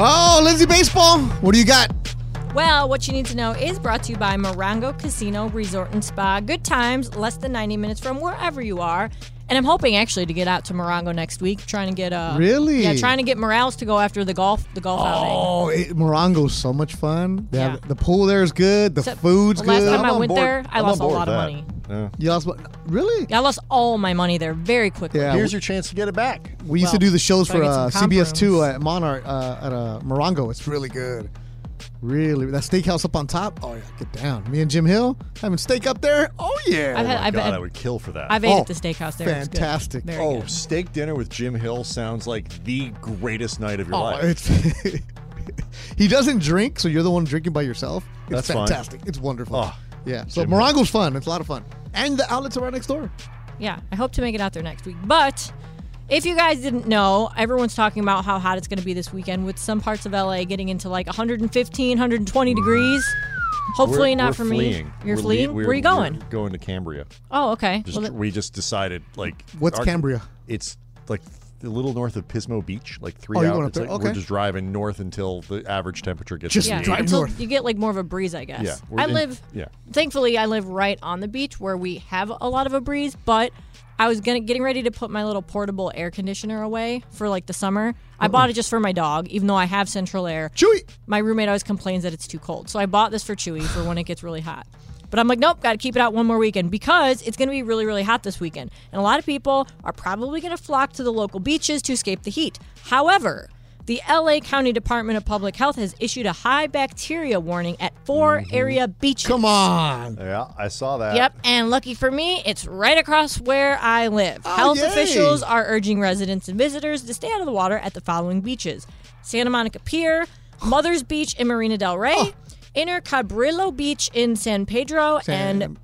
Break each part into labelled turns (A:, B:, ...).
A: Oh, Lindsay Baseball, what do you got?
B: Well, what you need to know is brought to you by Morongo Casino Resort and Spa. Good times, less than 90 minutes from wherever you are. And I'm hoping actually to get out to Morongo next week, trying to get uh
A: Really?
B: Yeah, trying to get Morales to go after the golf the golf outing.
A: Oh, it, Morongo's so much fun. They have-
B: Yeah.
A: the pool there is good. The
B: So,
A: food's
B: the last
A: good.
B: time I
C: I'm on
B: went
C: board-
B: there, I
C: I'm
B: lost
C: on
B: a
C: board
B: lot of
C: with
B: money.
C: that. Yeah.
A: you lost, one- really?
B: I lost all my money there very quickly.
A: Yeah.
C: Here's your chance to get it back.
A: We used to
B: Well,
A: do the shows
B: try to
A: for
B: get
A: uh,
B: some
A: CBS Two
B: conference.
A: at Monarch uh, at uh, Morongo. It's really good. Really, that steakhouse up on top. Oh yeah, get down. Me and Jim Hill having steak up there. Oh yeah.
B: I've had, I've,
C: God,
B: had-
C: I would kill for that.
B: I've ate
A: Oh,
B: at the steakhouse there. It's good.
A: fantastic.
B: Very
C: oh,
B: good.
C: steak dinner with Jim Hill sounds like the greatest night of your
A: Oh,
C: life.
A: it's he doesn't drink, so you're the one drinking by yourself. It's
C: That's fine.
A: fantastic. It's wonderful.
C: Oh,
A: yeah. So
C: Jim
A: Morongo's fun. It's a lot of fun, and the outlets are right next door.
B: Yeah, I hope to make it out there next week. But if you guys didn't know, everyone's talking about how hot it's going to be this weekend with some parts of LA getting into like 115, 120 degrees. Hopefully
C: We're-
B: not
C: we're
B: for me.
C: fleeing.
B: You're
C: We're
B: fleeing? Where
C: lea- we're-
B: are you going?
C: We're going to Cambria.
B: oh, okay.
C: Just,
B: Well, that-
C: we just decided like
A: What's Cambria?
C: It's like a little north of Pismo Beach, like three
A: Oh, you're
C: hours.
A: going up
C: It's
A: there,
C: like
A: okay.
C: We're just driving north until the average temperature gets.
A: Just
C: to
B: yeah,
C: the
A: drive
C: 80s.
B: until
A: north.
B: you get like more of a breeze, I guess.
C: Yeah, we're
B: I
C: in-
B: live.
C: yeah.
B: Thankfully, I live right on the beach where we have a lot of a breeze. But I was gonna getting ready to put my little portable air conditioner away for like the summer. I bought it just for my dog, even though I have central air.
A: Chewy.
B: my roommate always complains that it's too cold. So I bought this for Chewy for when it gets really hot. But I'm like, nope, got to keep it out one more weekend because it's going to be really, really hot this weekend. And a lot of people are probably going to flock to the local beaches to escape the heat. However, the LA County Department of Public Health has issued a high bacteria warning at 4 area beaches.
A: Come on.
C: Yeah, I saw that.
B: Yep, and lucky for me, it's right across where I live. Health
A: Oh, yay.
B: officials are urging residents and visitors to stay out of the water at the following beaches Santa Monica Pier, Mother's Beach in Marina Del Rey,
A: Oh.
B: Inner Cabrillo Beach in San Pedro,
A: San-
B: and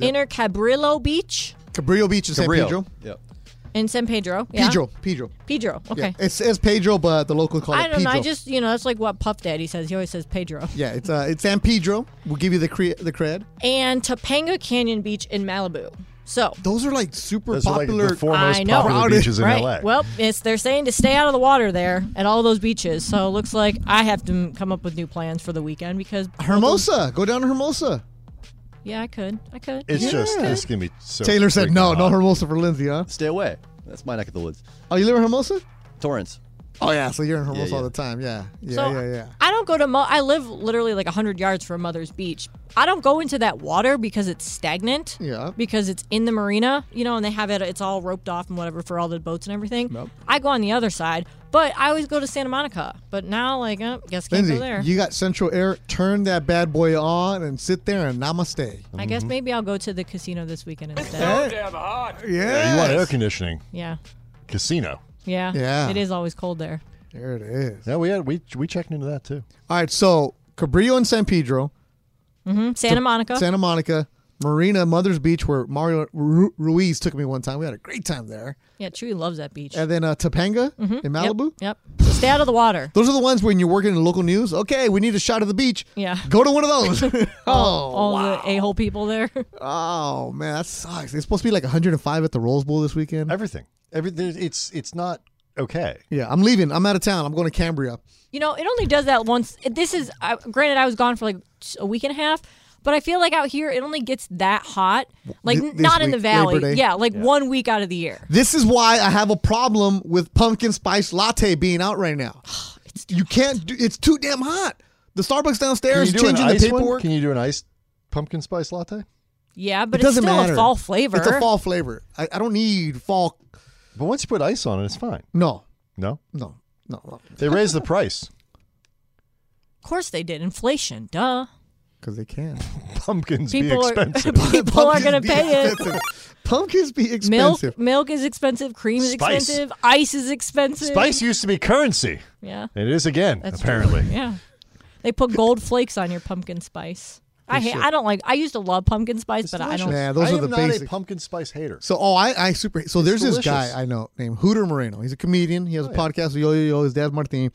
B: Inner Cabrillo Beach
A: Cabrillo Beach in San
C: Cabrillo.
A: Pedro.
C: Yep.
B: in San Pedro. Yeah?
A: Pedro. Pedro.
B: Pedro,
A: Yeah.
B: okay.
A: It says Pedro, but the local call
B: I
A: it
B: don't know.
A: Pedro.
B: I just, you know, that's like what Puff Daddy says. He always says Pedro.
A: yeah, it's uh, it's San Pedro. We'll give you the cre- the cred.
B: And Topanga Canyon Beach in Malibu. So,
A: Those are like super
C: Those are
A: popular.
C: like the four most
B: I know.
C: popular
A: Crowded,
C: beaches in
B: right.
C: LA.
B: Well, it's they're saying to stay out of the water there at all those beaches. So it looks like I have to m- come up with new plans for the weekend because
A: Hermosa. Go down to Hermosa.
B: Yeah, I could. I could.
C: it's
B: yeah.
C: just it's gonna be so.
A: Taylor said
C: freaking
A: no, no
C: hot.
A: Hermosa for Lindsay, huh?
D: Stay away. That's my neck of the woods.
A: Oh, you live in Hermosa?
D: Torrance.
A: Oh yeah, so you're in Hermosa
D: yeah.
A: all the time. Yeah, yeah,
B: So
A: yeah, yeah.
B: I don't go to. Mo- I live literally like hundred yards from Mother's Beach. I don't go into that water because it's stagnant.
A: Yeah.
B: Because it's in the marina, you know, and they have it. It's all roped off and whatever for all the boats and everything.
A: Nope.
B: I go on the other side, but I always go to Santa Monica. But now, like, uh, guess can't
A: Lindsay,
B: go there.
A: you got Central Air. Turn that bad boy on and sit there and namaste.
B: I guess
C: Mm-hmm.
B: maybe I'll go to the casino this weekend instead.
A: Yeah,
C: You want air conditioning?
B: Yeah.
C: Casino.
B: Yeah.
A: Yeah.
B: It is always cold there.
A: there it is.
C: Yeah, we had we we checked into that too.
A: All right, so Cabrillo and San Pedro,
B: Hmm? Santa Monica.
A: Santa Monica, Marina, Mother's Beach, where Mario Ru- Ruiz took me one time. We had a great time there.
B: yeah, Chewy loves that beach.
A: And then uh, Topanga in
B: Mm-hmm. Yep,
A: Malibu.
B: Yep. Stay out of the water.
A: Those are the ones when you're working in local news. Okay, we need a shot of the beach.
B: Yeah.
A: Go to one of those. oh,
B: All the a hole people there.
A: oh, man, that sucks. It's supposed to be like 105 at the Rose Bowl this weekend.
C: Everything. Every there's- it's it's not okay.
A: Yeah, I'm leaving. I'm out of town. I'm going to Cambria.
B: you know, it only does that once. This is, uh, granted, I was gone for like a week and a half, but I feel like out here it only gets that hot. Like,
A: Th- this
B: not in the
A: week,
B: valley.
A: Labor Day?
B: Yeah, like one week out of the year.
A: This is why I have a problem with pumpkin spice latte being out right now. you can't do it's too damn hot. The Starbucks
C: Can
A: downstairs
C: you do an
A: changing the
C: ice one?
A: paperwork.
C: Can you do an iced pumpkin spice latte?
B: Yeah,
A: It
B: but it's
A: doesn't
B: still
A: matter.
B: a fall flavor.
A: It's a fall flavor. I, I don't need fall.
C: But once you put ice on it, it's fine.
A: No,
C: No,
A: no, no. no.
C: they raise the price.
B: Of course they did. Inflation. Duh.
A: because they can.
C: Pumpkins
B: People
C: be
B: are-
C: expensive.
B: People are
A: Pumpkins
B: gonna
A: be
B: pay it.
A: expensive. Pumpkins be
B: Milk,
A: expensive.
B: milk is expensive. Cream is
C: Spice.
B: expensive. Ice is expensive.
C: Spice used to be currency.
B: Yeah.
C: It is again,
B: That's true.
C: apparently.
B: Yeah. They put gold flakes on your pumpkin spice. I hate, I don't like. I used to love pumpkin spice, but I don't.
A: Yeah, those
C: I
A: are
C: am
A: the
C: not a
A: basic-
C: pumpkin spice hater.
A: So, oh, I, I super. So there's this guy
C: delicious.
A: I know named Hooter Moreno. He's a comedian. He has a podcast with Yo Yo Yo. His dad's Martin.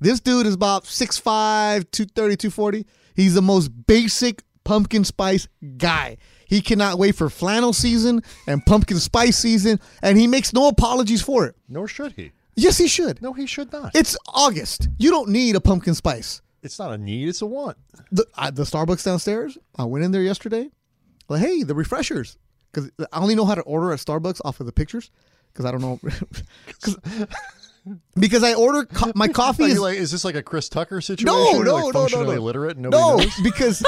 A: This dude is about 6'5", 230, 240. He's the most basic pumpkin spice guy. He cannot wait for flannel season and pumpkin spice season, and he makes no apologies for it.
C: Nor should he.
A: Yes, he should.
C: No, he should not.
A: It's August. You don't need a pumpkin spice.
C: it's not a need, it's a want.
A: the I, the Starbucks downstairs. I went in there yesterday. Like, hey, the refreshers, because I only know how to order at Starbucks off of the pictures, because I don't know. 'Cause- because I order co- my coffee
C: Are you
A: is
C: like, is this like a Chris Tucker situation?
A: no,
C: Like
A: no, no, no,
C: functionally
A: no,
C: illiterate and nobody
A: no,
C: knows?
A: because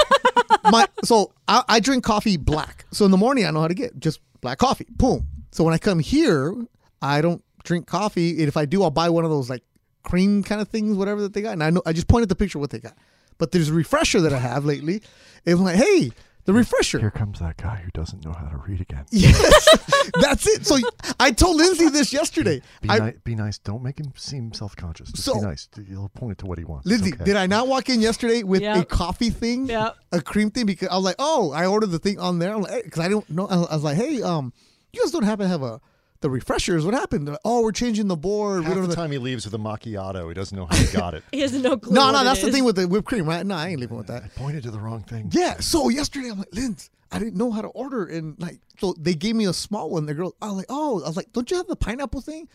A: my so I, I drink coffee black. So in the morning, I know how to get just black coffee. Boom. So when I come here, I don't drink coffee. And if I do, I'll buy one of those like cream kind of things, whatever that they got. And I know I just pointed the picture what they got. But there's a refresher that I have lately. It's like, hey, the refresher.
C: comes that guy who doesn't know how to read again.
A: Yes, that's it. So I told Lindsay this yesterday. I,
C: be nice. Don't make him seem self conscious.
A: So- be
C: nice. He'll point to what he wants.
A: Lindsay, did I not walk in yesterday with a
B: Yep.
A: coffee thing,
B: Yep.
A: a cream thing? Because I was like, oh, I ordered the thing on there. I'm like, because I don't know. I was like, hey, um, you guys don't happen to have a the refreshers? What happened? They're like, oh, we're changing the board. we
C: Half
A: don't
C: the
A: know.
C: time he leaves with a macchiato, he doesn't know how he got it.
B: He has no clue.
A: No,
B: what
A: no,
B: it
A: that's the
B: is.
A: thing with the whipped cream, right? No, I ain't leaving with that.
C: Pointed to the wrong thing.
A: Yeah. So yesterday, I'm like, Linz, I didn't know how to order, and like, so they gave me a small one. The girl, I was like, oh, I was like, don't you have the pineapple thing?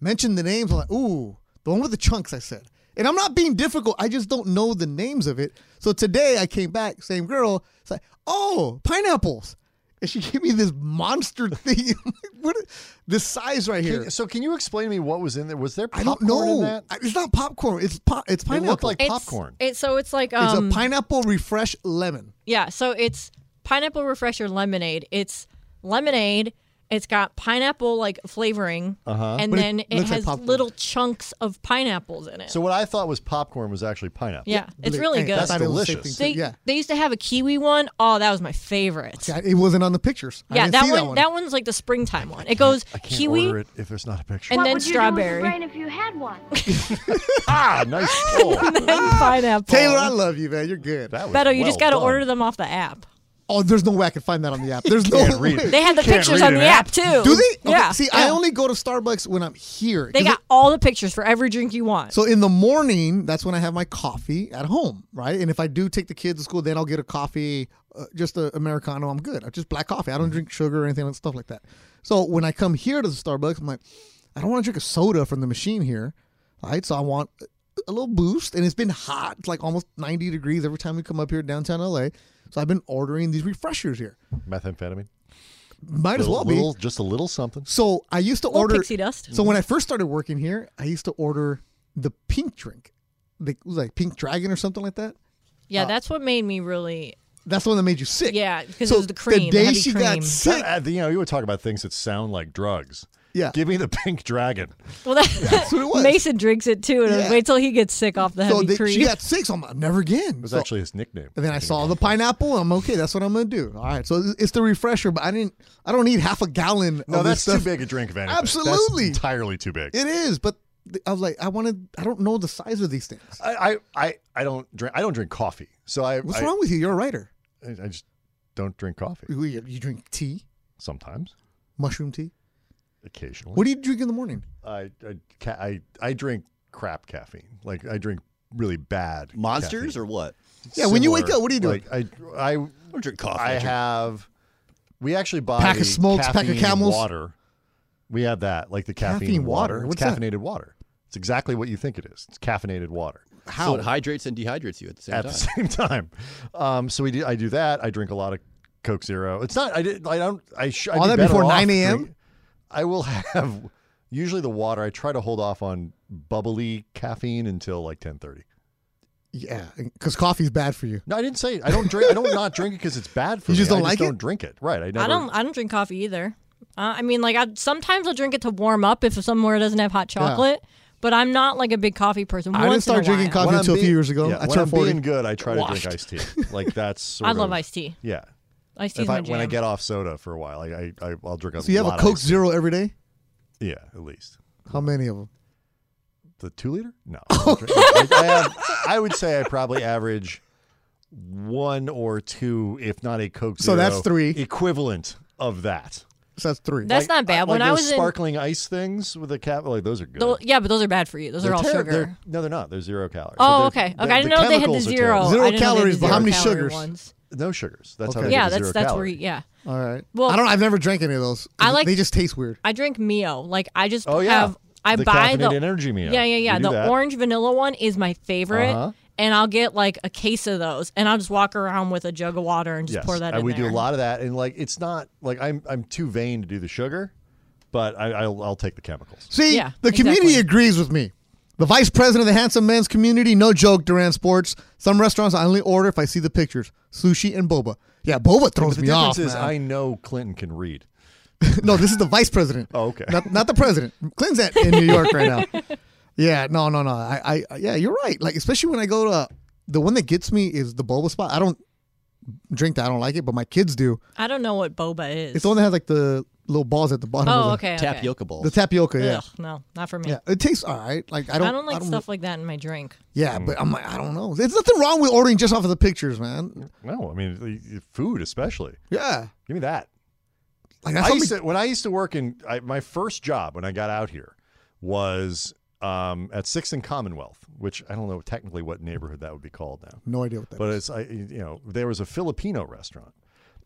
A: Mention the names. I'm like, ooh, the one with the chunks. I said, and I'm not being difficult. I just don't know the names of it. So today, I came back, same girl. It's like, oh, pineapples. And she gave me this monster thing. I'm like, what? is- This size right here.
C: So can you explain to me what was in there? Was there
A: I
C: popcorn
A: don't know.
C: in that?
A: I- It's not popcorn. It's pop. It's
C: looked
A: pineapple.
C: like
B: It's-
C: popcorn.
B: It's, so it's like
A: it's a
B: um
A: pineapple refresh lemon.
B: yeah. So it's pineapple refresher lemonade. It's lemonade. It's got pineapple like flavoring, uh-huh. and
A: But it
B: then it,
A: looks like
B: has
A: popcorn.
B: little chunks of pineapples in it.
C: So what I thought was popcorn was actually pineapple.
B: yeah, it's
A: Like,
B: really
A: hey,
B: good.
A: I thought it was the same
C: delicious.
A: thing
B: They,
A: too. yeah.
B: they used to have a kiwi one. Oh, that was my favorite.
A: Yeah, it wasn't on the pictures. I
B: yeah,
A: didn't
B: that
A: see
B: one,
A: that one.
B: one's like the springtime one. It goes
C: I can't
B: kiwi
C: order it if there's not a picture.
B: and
E: What
B: then
E: would you
B: strawberry
E: do with your brain if you had one?
C: ah, nice pull.
B: and pineapple.
A: Taylor, I love you, man. You're good.
C: That was
B: Beto, you
C: well
B: just got to
C: done.
B: order them off the app.
A: Oh, there's no way I can find that on the app. There's no
C: read
A: way.
C: it.
B: They had the
C: can't
B: pictures
C: read
B: on
C: an
B: the
C: app.
B: app, too.
A: Do they? Okay,
B: Yeah.
A: See,
B: yeah.
A: I only go to Starbucks when I'm here.
B: They
A: 'Cause
B: got all the pictures for every drink you want.
A: it- so in the morning, that's when I have my coffee at home, right? And if I do take the kids to school, then I'll get a coffee, uh, just a americano. I'm good. I just black coffee. I don't drink sugar or anything and stuff like that. So when I come here to the Starbucks, I'm like, I don't want to drink a soda from the machine here, right? So I want a little boost, and it's been hot. It's like almost 90 degrees every time we come up here downtown LA. So I've been ordering these refreshers here.
C: Methamphetamine.
A: Might as well
C: Little,
A: be.
C: little, just a little something.
A: So I used to
B: Little
A: order
B: pixie dust.
A: So when I first started working here, I used to order the pink drink. The, it was like Pink Dragon or something like that. uh,
B: yeah, that's what made me really.
A: That's the one that made you sick.
B: Yeah, because
A: So
B: it was the cream.
A: day
B: heavy
A: she
B: cream.
A: got sick,
C: Uh, you know, you were talking about things that sound like drugs.
A: Yeah.
C: Give me the pink dragon.
B: Well, that,
A: what it was.
B: Mason drinks it too, and I was,
A: Yeah.
B: wait till he gets sick off the
A: so
B: heavy
A: they,
B: cream.
A: she got sick. So I'm like, never again.
C: It was
A: So-
C: actually his nickname.
A: and then I saw the pineapple. I'm okay. That's what I'm gonna do. All right. So it's- it's the refresher, but I didn't. I don't need half a gallon.
C: No,
A: of this
C: that's too
A: stuff.
C: big a drink of anything. That's
A: Absolutely.
C: entirely too big.
A: It is, but th- I was like, I wanted. I don't know the size of these things.
C: I, I, I, I don't drink. I don't drink coffee. So I,
A: What's
C: I,
A: wrong with you? You're a writer.
C: I I just don't drink coffee.
A: You, you drink tea,
C: Sometimes,
A: mushroom tea.
C: occasionally.
A: What do you drink in the morning?
C: I, I, ca- I, I drink crap caffeine. Like I drink really bad
D: Monsters or what?
A: Yeah, when you wake up, what do you do?
C: Like I, I, I
D: don't drink coffee, I
C: I
D: drink-
C: have. We actually buy
A: Pack of
C: the
A: smokes, pack of
C: caffeine
A: Camels.
C: water. We have that, like the caffeine,
A: Caffeine water?
C: water.
A: What's
C: it's
A: that?
C: caffeinated water. It's exactly what you think it is. It's caffeinated water.
D: So it hydrates and dehydrates you at the same
C: at the
D: time.
C: same time. Um, so we do, I do that. I drink a lot of Coke Zero. It's not. I did. I don't. I sh- I'd
A: All
C: be
A: that
C: better
A: before
C: off
A: 9 a.m.?
C: drink- I will have usually the water. I try to hold off on bubbly caffeine until like ten thirty.
A: Yeah, because coffee's bad for you.
C: No, I didn't say I don't drink. I don't not drink it because it's bad for
A: You
C: me.
A: just
C: I
A: don't like it?
C: Don't drink it. Right. I, never,
B: I don't. I don't drink coffee either. Uh, I mean, like I sometimes I'll drink it to warm up if somewhere doesn't have hot chocolate. but I'm not like a big coffee person.
A: I didn't
B: Once in a
A: start drinking
B: while.
A: coffee
C: When
A: until
C: I'm
A: a few
C: being-
A: years ago.
C: Yeah,
A: I
C: when I'm
A: turned 40.
C: being good, I try to drink
A: Washed.
C: iced tea. Like that's. Sort
B: I love
C: of-
B: iced tea.
C: Yeah.
B: Iced tea's
C: If
B: my
C: I,
B: jam.
C: when I get off soda for a while, I, I, I I'll drink a.
A: So you have a
C: lot of
A: Coke
C: iced
A: Zero every day?
C: tea. Yeah, at least
A: How many of them?
C: the two liter. No, I don't drink- I, I, have, I would say I probably average one or two, if not a Coke
A: So
C: Zero.
A: that's three.
C: equivalent of that.
A: So that's three.
B: That's not bad.
C: Like
B: when I
C: those
B: was in,
C: sparkling ice things with a cap, like those are good.
B: tho- yeah, but those are bad for you. Those are all
C: terri-
B: sugar.
C: they're- no, they're not. They're zero calories. But
B: Oh,
C: they're-
B: okay.
C: the-
B: Okay, I didn't know they had the
C: chemicals are terrible.
B: zero.
A: Zero
B: I didn't know they
A: calories,
B: did
A: but how
B: zero
A: many
B: calorie
A: sugars?
B: Ones.
C: No sugars. That's how
A: Okay.
C: they
B: Yeah,
C: get the
B: that's
C: zero
B: that's where.
C: calorie.
B: you- Yeah,
A: All right.
B: Well-
A: Well, I don't. I've never drank any of those.
B: I like-
A: They just taste weird.
B: I drink Mio. Like I just
C: Oh yeah.
B: have. I
C: the
B: buy the
C: caffeinated energy meal.
B: Yeah, yeah, yeah.
C: We do
B: The
C: that.
B: orange vanilla one is my favorite.
C: Uh-huh.
B: And I'll get like a case of those and I'll just walk around with a jug of water and just
C: Yes.
B: pour that
C: and
B: in
C: we do
B: there.
C: a lot of that, and like it's not like I'm I'm too vain to do the sugar, but I, I'll, I'll take the chemicals.
A: See,
B: Yeah,
A: the community
B: exactly.
A: agrees with me. The vice president of the handsome men's community, no joke, Duran Sports. Some restaurants I only order if I see the pictures. Sushi and boba. Yeah, boba throws
C: The
A: me off.
C: difference is
A: man.
C: I know Clinton can read.
A: no, this is the vice president.
C: Oh, okay.
A: Not, not the president. Clinton's at, in New York right now. Yeah, no, no, no. I, I, yeah, you're right. Like, especially when I go to the one that gets me is the boba spot. I don't drink that. I don't like it, but my kids do.
B: I don't know what boba is.
A: It's the one that has like the little balls at the bottom.
B: oh,
A: of the,
B: okay. okay.
D: Tapioca balls.
A: The tapioca. Yeah,
B: Ugh, no, not for me.
A: yeah. It tastes all right. Like I don't.
B: I don't like stuff like that in my drink.
A: Yeah,
C: Mm.
A: but I'm like, I don't know. There's nothing wrong with ordering just off of the pictures, man.
C: No, I mean the- the food especially.
A: Yeah,
C: Give me that.
A: like that's
C: I
A: something-
C: used to, when I used to work in I, my first job when I got out here was um, at Sixth and Commonwealth, which I don't know technically what neighborhood that would be called now,
A: no idea what that.
C: but
A: is.
C: it's I you know there was a Filipino restaurant.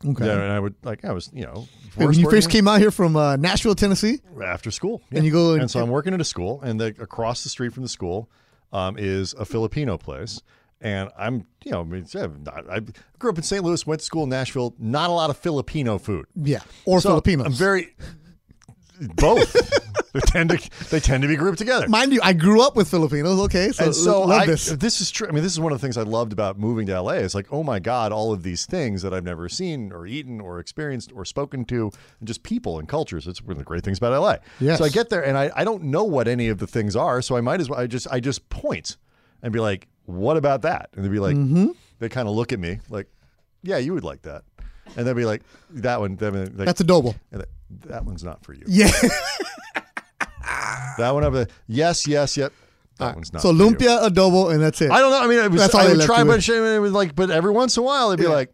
A: Okay.
C: Yeah, and I would like I was you know
A: Hey, when
C: worst
A: you first
C: working
A: came out here from uh, Nashville, Tennessee,
C: after school,
A: And you go
C: and,
A: and-
C: so I'm working at a school, and the, across the street from the school um, is a Filipino place. And I'm, you know, I, mean, yeah, I'm not- I grew up in St. Louis, went to school in Nashville. Not a lot of Filipino food.
A: yeah, or
C: So,
A: Filipinos.
C: I'm very both. they tend to they tend to be grouped together.
A: Mind you, I grew up with Filipinos. Okay, so,
C: and so
A: love
C: I,
A: this.
C: is true. I mean, this is one of the things I loved about moving to LA. It's like, oh my God, all of these things that I've never seen or eaten or experienced or spoken to, and just people and cultures. It's one of the great things about LA.
A: Yes.
C: So I get there and I, I don't know what any of the things are. So I might as well I just I just point and be like, what about that? And they'd be like,
A: Mm-hmm.
C: they kind of look at me like, yeah, you would like that. And they'd be like, that one, that one like,
A: That's adobo.
C: and that, that one's not for you.
A: Yeah.
C: That one over there. Yes, yes, yep. That one's not.
A: so
C: for you.
A: lumpia, adobo, and that's it.
C: I don't know. I mean, it was,
A: That's all
C: I
A: they
C: would
A: left
C: try a
A: you
C: bunch of it was like, but every once in a while, it'd be
A: Yeah.
C: like,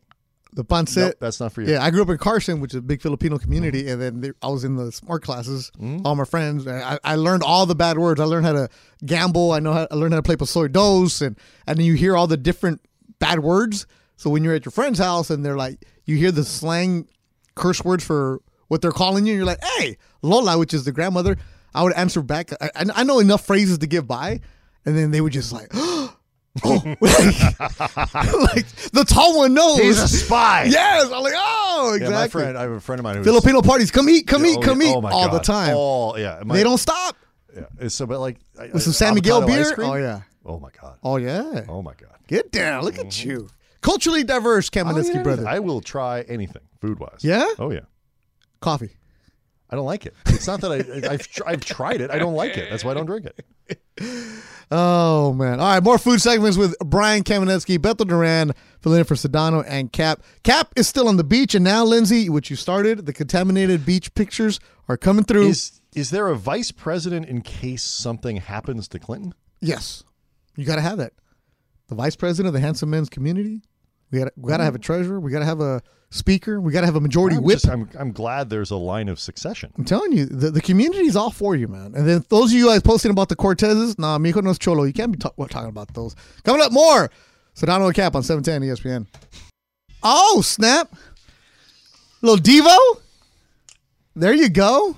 A: the pancit.
C: nope, that's not for you. Mm-hmm.
A: Yeah, I grew up in Carson, which is a big Filipino community, and then there, I was in the smart classes. All my friends, and I, I learned all the bad words. I learned how to gamble. I know how, I learned how to play pasoy dos, and and then you hear all the different bad words. So when you're at your friend's house and they're like, you hear the slang curse words for what they're calling you, and you're like, hey, Lola, which is the grandmother. I would answer back. I, I I know enough phrases to give by, and then they would just like. Oh, like the tall one knows
C: He's a spy.
A: Yes, I'm like, oh,
C: Yeah,
A: exactly.
C: my friend, I have a friend of mine who's
A: Filipino parties, come eat, come
C: oh,
A: eat, come
C: yeah,
A: eat,
C: oh my
A: all the
C: God.
A: time.
C: All yeah, my,
A: they don't stop.
C: Yeah. So, but like I-
A: With
C: I-
A: some San Miguel
C: avocado ice
A: beer?
C: cream?
A: Oh, yeah.
C: Oh my god.
A: Oh yeah,
C: Oh my god.
A: get down. Look at you, culturally diverse,
C: I'll
A: Kamenetsky
C: eat anything.
A: brother.
C: Oh, I will try anything food wise.
A: Yeah?
C: Oh yeah.
A: Coffee.
C: I don't like it. It's not that I, I've tr- I've tried it. I don't like it. That's why I don't drink it.
A: Oh man. All right, more food segments with Brian Kamenetsky, Bethel Duran, filling in for Sedano and Cap. Cap is still on the beach, and now Lindsay, which you started, the contaminated beach pictures are coming through.
C: Is is there a vice president in case something happens to Clinton?
A: Yes, you got to have that. The vice president of the handsome men's community. We got we got to have a treasurer. We got to have a speaker. We got to have a majority
C: I'm,
A: whip.
C: just- I'm I'm glad there's a line of succession.
A: I'm telling you, the, the community's all for you, man. And then those of you guys posting about the Cortezes, nah, mijo no es cholo. You can't be ta- we're talking about those. Coming up more. Sedano and Cap on E 710 ESPN. Oh, snap. Little Devo. There you go.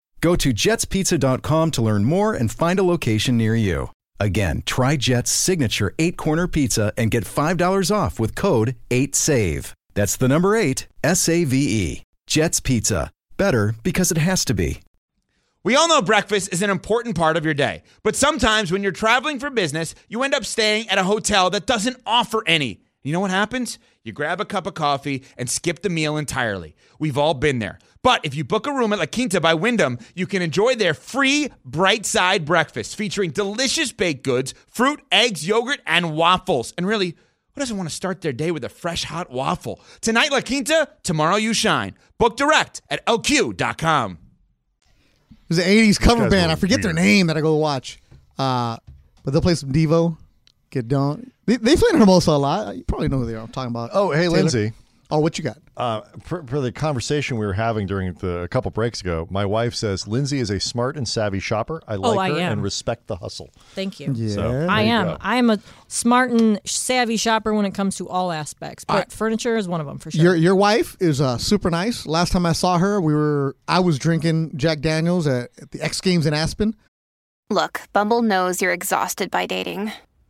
F: Go to jetspizza.com to learn more and find a location near you. Again, try Jet's signature eight corner pizza and get $5 off with code 8SAVE. That's the number eight, S A V E. Jet's Pizza. Better because it has to be.
G: We all know breakfast is an important part of your day, but sometimes when you're traveling for business, you end up staying at a hotel that doesn't offer any. You know what happens? You grab a cup of coffee and skip the meal entirely. We've all been there. But if you book a room at La Quinta by Wyndham, you can enjoy their free bright side breakfast featuring delicious baked goods, fruit, eggs, yogurt, and waffles. And really, who doesn't want to start their day with a fresh hot waffle? Tonight, La Quinta, tomorrow you shine. Book direct at lq.com.
A: There's an '80s cover
C: guys
A: band.
C: are
A: I forget their
C: weird.
A: name that I go watch, uh, but they'll play some Devo. Get down. They, they play in Hermosa a lot. You probably know who they are. I'm talking about.
C: Oh, hey, Lindsay.
A: Oh, what you got?
C: Uh, for, for the conversation we were having during the a couple breaks ago, my wife says Lindsay is a smart and savvy shopper. I like
B: Oh, I
C: her
B: am.
C: and respect the hustle.
B: Thank you.
C: So,
B: I
C: there you
B: am.
C: go.
B: I am a smart and savvy shopper when it comes to all aspects, but furniture is one of them for sure.
A: Your your wife is uh, super nice. Last time I saw her, we were I was drinking Jack Daniels at, at the X Games in Aspen.
H: Look, Bumble knows you're exhausted by dating.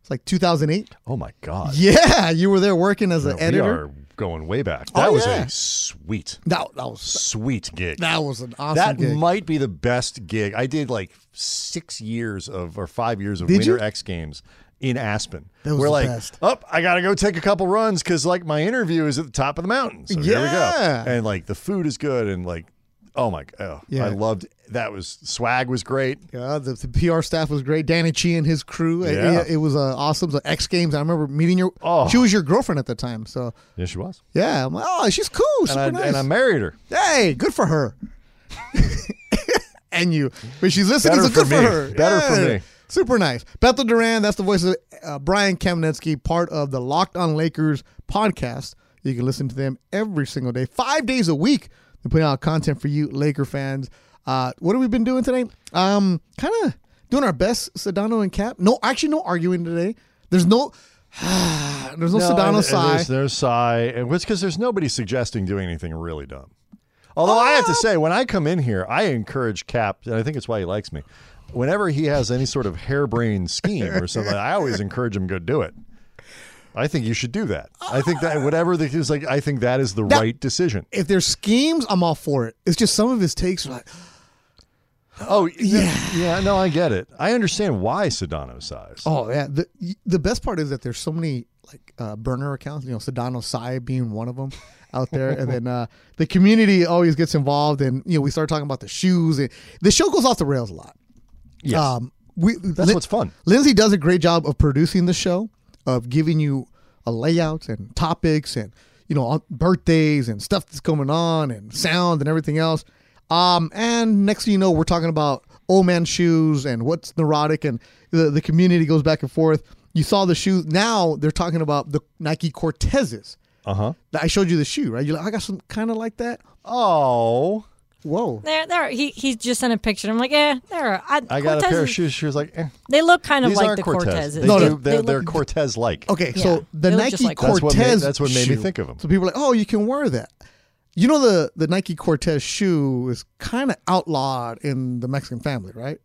A: It's like 2008.
C: oh my god,
A: Yeah, you were there working as an
C: we
A: editor.
C: are going way back.
A: Oh,
C: That was
A: yeah.
C: a sweet,
A: That, that was
C: sweet gig.
A: that was an awesome
C: that
A: gig.
C: might be the best gig. I did like six years of or five years of
A: Did
C: Winter
A: you?
C: X Games in Aspen.
A: That was
C: We're
A: the
C: like,
A: best.
C: oh, I gotta go take a couple runs because like my interview is at the top of the mountain. So here we
A: Yeah.
C: go. And like the food is good and like, oh my, oh,
A: Yeah.
C: I loved that. Was swag was great.
A: Yeah, the, the PR staff was great. Danny Chi and his crew. It-
C: Yeah.
A: It, it was uh, awesome. The X Games. I remember meeting your.
C: Oh.
A: She was your girlfriend at the time. So
C: Yeah, she was.
A: yeah, I'm like, oh, she's cool.
C: And
A: Super
C: I,
A: nice.
C: and I married her.
A: hey, good for her. and you, but she's listening.
C: Better
A: so good
C: for
A: for,
C: me.
A: her.
C: Better for me.
A: Super nice. Bethel Duran. That's the voice of uh, Brian Kamenetsky, part of the Locked On Lakers podcast. You can listen to them every single day, five days a week. They're putting out content for you, Laker fans. Uh, what have we been doing today? Um, kind of doing our best, Sedano and Cap. No, actually, no arguing today. There's no, there's no,
C: No, and-
A: Sedano
C: and
A: sigh.
C: There's, there's Psy, and it's because there's nobody suggesting doing anything really dumb. Although I have to say, when I come in here, I encourage Cap, and I think it's why he likes me. Whenever he has any sort of harebrained scheme or something, I always encourage him to go do it. I think you should do that. I think that whatever the is like, I think that is the right decision.
A: If there's schemes, I'm all for it. It's just some of his takes are like,
C: Oh yeah, yeah. No, I get it. I understand why Sedano sighs.
A: Oh yeah, the y- the best part is that there's so many like uh, burner accounts. You know, Sedano Sai being one of them out there, and then uh, the community always gets involved. And you know, we start talking about the shoes, and the show goes off the rails a lot.
C: Yes.
A: Um, we
C: That's what's fun.
A: Lindsay does a great job of producing the show, of giving you a layout and topics and you know all- birthdays and stuff that's going on and sound and everything else. Um, and next thing you know, we're talking about old man shoes and what's neurotic and the the community goes back and forth. You saw the shoes. Now they're talking about the Nike Cortezes.
C: Uh huh.
A: I showed you the shoe, right? You're like, I got some kind of like that.
C: Oh,
A: Whoa.
B: There, there. He he just sent a picture. I'm like, eh, there. I,
C: I got a pair of
B: Cortezes-
C: shoes. She was like, eh,
B: They look kind of
C: these
B: like
C: aren't
B: the
C: Cortez.
B: Cortezes.
C: They
A: No,
C: do-
A: no,
C: they're,
B: look-
C: they're Cortez like.
A: Okay,
B: Yeah.
A: so the
B: They look just
A: Nike
B: like that.
C: That's
A: Cortez.
C: what made- that's what made me
A: shoe.
C: think of 'em.
A: So people are like, oh, you can wear that. You know the the Nike Cortez shoe is kind of outlawed in the Mexican family, right?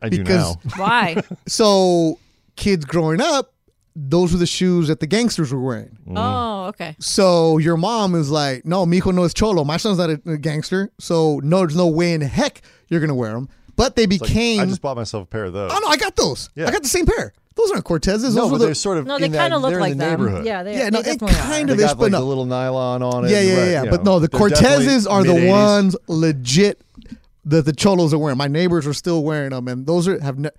C: I do
A: Because-
C: now.
B: Why?
C: Mm-hmm.
A: So kids growing up, those were the shoes that the gangsters were wearing.
C: Mm.
B: oh, okay.
A: So your mom is like, no, mi hijo no es cholo. My son's not a, a gangster. So no, there's no way in heck you're gonna wear them. But they
C: It's like,
A: became.
C: I just bought myself a pair of those.
A: oh no, I got those.
C: Yeah.
A: I got the same pair. Those aren't Cortezes.
C: no,
A: those were
C: but
A: the,
C: they're sort of
B: No, they
C: in that-
B: kind of look
C: they're in
B: like
C: the
B: them.
C: neighborhood.
B: Yeah, they,
A: Yeah, no,
B: they
A: it
B: definitely are.
A: kind
C: They
A: of- this,
C: got
A: but
C: like
A: no.
C: the little nylon on it.
A: Yeah,
C: and
A: yeah,
C: right,
A: yeah, yeah.
C: you
A: But
C: know,
A: no, the
C: they're definitely
A: Cortezes are the
C: mid-eighties.
A: ones legit that the cholos are wearing. My neighbors are still wearing them, and those are have ne-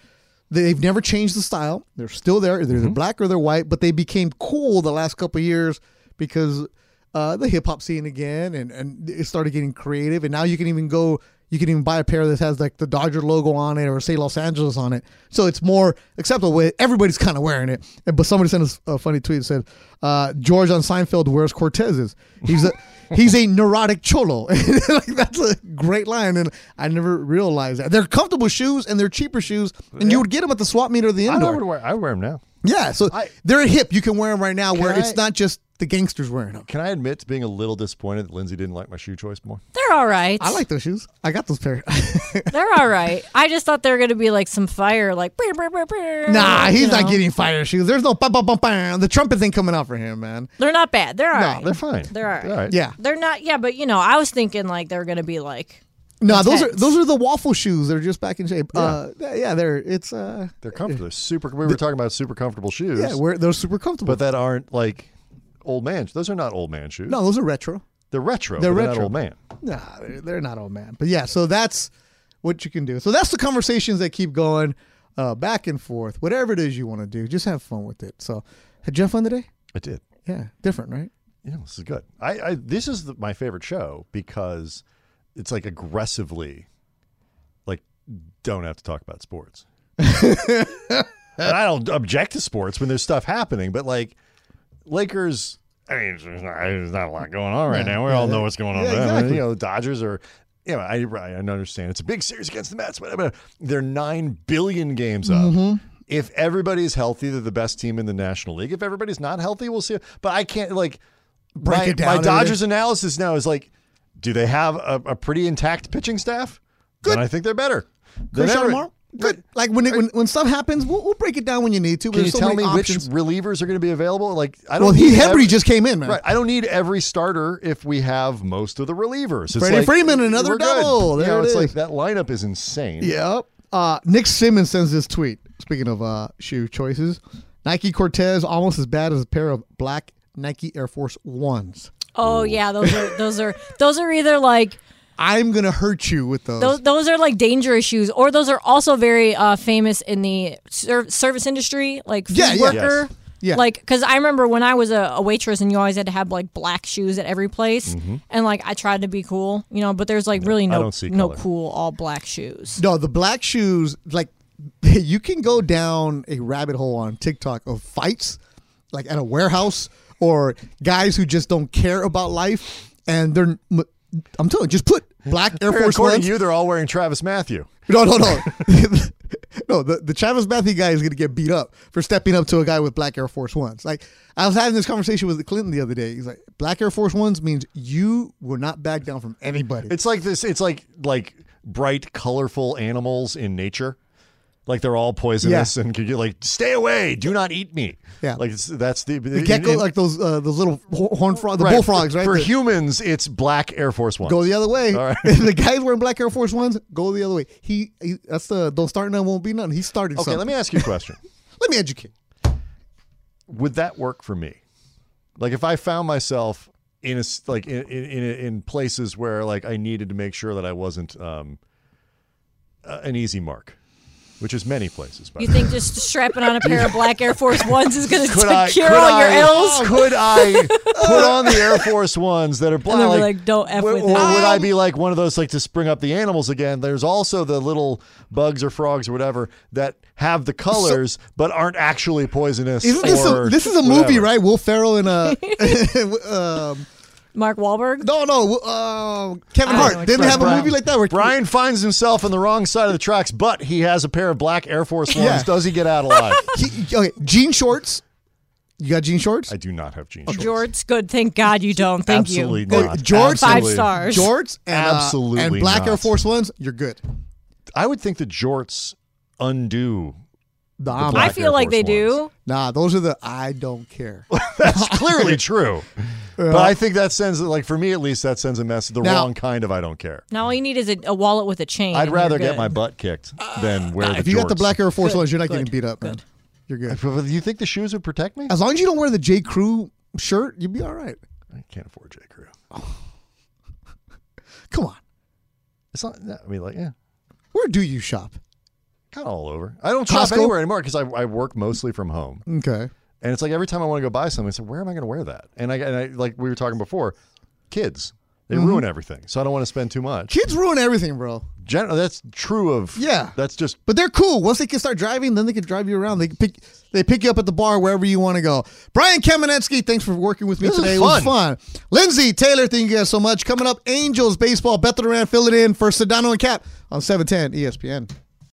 A: they've never changed the style. They're still there. They're
C: Mm-hmm.
A: either black or they're white, but they became cool the last couple of years because uh, the hip hop scene again, and and it started getting creative, and now you can even go. You can even buy a pair that has like the Dodger logo on it, or say Los Angeles on it, so it's more acceptable. Everybody's kind of wearing it. And- But somebody sent us a funny tweet that said, uh, "George on Seinfeld wears Cortezes. He's a he's a neurotic cholo." And, like that's a great line, and I never realized that they're comfortable shoes and they're cheaper shoes, and you would get them at the swap meet or the
C: I
A: indoor.
C: would wear. I wear them now.
A: yeah, so
C: I-
A: they're hip. You can wear them right now, where
C: Can I-
A: it's not just the gangsters wearing them.
C: Can I admit to being a little disappointed that Lindsay didn't like my shoe choice more?
B: They're all right.
A: I like those shoes. I got those pair.
B: They're all right. I just thought they were going to be like some fire, like. brr, brr, brr, brr,
A: Nah,
B: you
A: he's not
B: know.
A: getting fire shoes. There's no bum, bum, bum, bum. The trumpet thing coming out for him, man.
B: They're not bad. They're all
A: No,
B: right.
C: They're fine.
B: They're all right.
C: They're all right.
A: Yeah.
B: They're not. Yeah, but you know, I was thinking like they're going to be like.
A: No, those are
B: Intense.
A: those are the waffle shoes. They're just back in shape. Yeah. Uh, yeah, they're it's uh,
C: They're comfortable. They're super. We were talking about super comfortable shoes.
A: yeah, we're, they're super comfortable.
C: but that aren't like old man. Those are not old man shoes.
A: no, those are retro.
C: they're retro.
A: They're
C: but
A: retro.
C: not old man.
A: Nah, they're, they're not old man. But yeah, so that's what you can do. So that's the conversations that keep going uh, back and forth. Whatever it is you want to do, just have fun with it. So, had you have fun today?
C: I did.
A: Yeah, different, right?
C: Yeah, this is good. I, I this is the, my favorite show because it's like aggressively, like don't have to talk about sports. and I don't object to sports when there's stuff happening, but like Lakers, I mean, there's not, there's not a lot going on right now. We all know what's going on.
A: Yeah,
C: there. I mean,
A: exactly.
C: You know, the Dodgers are. Yeah, I, I understand. It's a big series against the Mets. Whatever. They're nine billion games up.
A: Mm-hmm.
C: If everybody's healthy, they're the best team in the National League. If everybody's not healthy, we'll see. But I can't like
A: Break
C: my,
A: it down
C: My
A: everything.
C: Dodgers analysis now is like, do they have a, a pretty intact pitching staff? Good. Then I think they're better. Than
A: Kershaw
C: ever-
A: tomorrow. Good. Like when, it, when when stuff happens, we'll, we'll break it down when you need to. but
C: Can you
A: there's so
C: tell
A: many
C: me
A: options.
C: which relievers are going to be available? Like, I don't.
A: Well, he
C: need every-
A: Henry just came in, man.
C: Right. I don't need every starter if we have most of the relievers. It's
A: Freddie
C: like,
A: Freeman, another
C: we're good.
A: double.
C: You
A: There
C: know,
A: it
C: it's like
A: is.
C: that lineup is insane.
A: Yep. Uh, Nick Simmons sends this tweet. Speaking of uh, shoe choices, Nike Cortez almost as bad as a pair of black Nike Air Force Ones.
B: Oh yeah, those are those are those are either like
A: I'm gonna hurt you with those.
B: those those are like dangerous shoes, or those are also very uh, famous in the ser- service industry, like food
A: Yeah, yeah.
B: worker.
C: Yes.
A: Yeah.
B: Like, because I remember when I was a, a waitress and you always had to have like black shoes at every place. And like, I tried to be cool, you know, but there's like really
C: Mm-hmm. I
B: no
C: don't see
B: no
C: color.
B: cool all black shoes.
A: no, the black shoes. Like you can go down a rabbit hole on TikTok of fights, like at a warehouse or guys who just don't care about life and they're. I'm telling you, just put black Air Force
C: According
A: Ones.
C: to you, they're all wearing Travis Matthew.
A: No, no, no. no, the, the Travis Matthew guy is going to get beat up for stepping up to a guy with black Air Force Ones. Like, I was having this conversation with Clinton the other day. He's like, black Air Force Ones means you will not back down from anybody.
C: It's like this. It's like like bright, colorful animals in nature. Like they're all poisonous and could you like stay away? Do not eat me.
A: Yeah.
C: Like it's, that's the,
A: the gecko, like those uh, those little ho- horn frogs, the bullfrogs, right?
C: For
A: The-
C: humans, it's black Air Force One.
A: go the other way.
C: All right.
A: the guys wearing black Air Force Ones, go the other way. He, he that's the don't start none, won't be none. He started
C: Okay, let me ask you a question.
A: let me educate.
C: would that work for me? Like if I found myself in a s- like in in in, in places where like I needed to make sure that I wasn't um, uh, an easy mark, which is many places. By
B: You
C: the way.
B: think just strapping on a pair of black Air Force Ones is going
C: Could I
B: to cure
C: could
B: all your
C: I- Oh.
B: ills?
C: Could I put on the Air Force ones that are black?
B: then be like, "Don't F
C: or,
B: with Um,
C: or
B: it."
C: would I be like one of those like to spring up the animals again? There's also the little bugs or frogs or whatever that have the colors but aren't actually poisonous.
A: Isn't this
C: or
A: a, this is a
C: whatever.
A: movie, right? Will Ferrell and uh, um,
B: Mark Wahlberg.
A: No, no, uh, Kevin
B: I
A: Hart.
B: don't know.
A: Didn't they have a
C: Brian-
A: movie like that where
C: Brian finds himself on the wrong side of the tracks, but he has a pair of black Air Force Ones.
A: Yeah.
C: Does he get out alive?
A: He, okay, jean shorts. You got jean shorts?
C: I do not have jean shorts.
B: Oh, George, good. Thank God you don't. Thank
C: Absolutely
B: you.
A: Uh,
C: not.
A: George-
B: Five
C: Absolutely.
B: stars.
A: Jorts and uh,
C: Absolutely
A: and black
C: not.
A: Air Force Ones. You're good.
C: I would think the jorts undo.
A: Nah,
B: I
C: black
A: man.
C: Air
B: feel like they
C: Force
B: do.
A: nah, those are the I don't care.
C: That's clearly true. But I think that sends, like for me at least, that sends a message. The
A: Now-
C: wrong kind of I don't care.
B: Now all you need is a, a wallet with a chain.
C: I'd
B: and
C: rather
B: you're
C: get my
B: good.
C: butt kicked than wear the
A: Uh, if you got the
C: jorts.
A: black Air Force
B: Good,
A: Ones, you're not
B: good,
A: getting beat up, man. You're good.
C: Do you think the shoes would protect me?
A: As long as you don't wear the J Crew shirt, you'll be all right.
C: I can't afford J Crew.
A: Come on,
C: It's not. I mean, like, yeah,
A: where do you shop?
C: kind of all over. I don't shop
A: Costco?
C: anywhere anymore because I, I work mostly from home,
A: Okay,
C: and it's like every time I want to go buy something, I said, where am I going to wear that? And I and I like we were talking before, kids. They
A: Mm-hmm.
C: ruin everything, so I don't want to spend too much.
A: kids ruin everything, bro.
C: Gen- that's true of
A: Yeah.
C: That's just
A: But they're cool. Once they can start driving, then they can drive you around. They can pick they pick you up at the bar wherever you want to go. Brian Kamenetsky, thanks for working with me
C: This is
A: today. It
C: fun.
A: was fun. Lindsay Taylor, thank you guys E so much. Coming up, Angels baseball. Beth Duran fill it in for Sedano and Cap on 710 ESPN.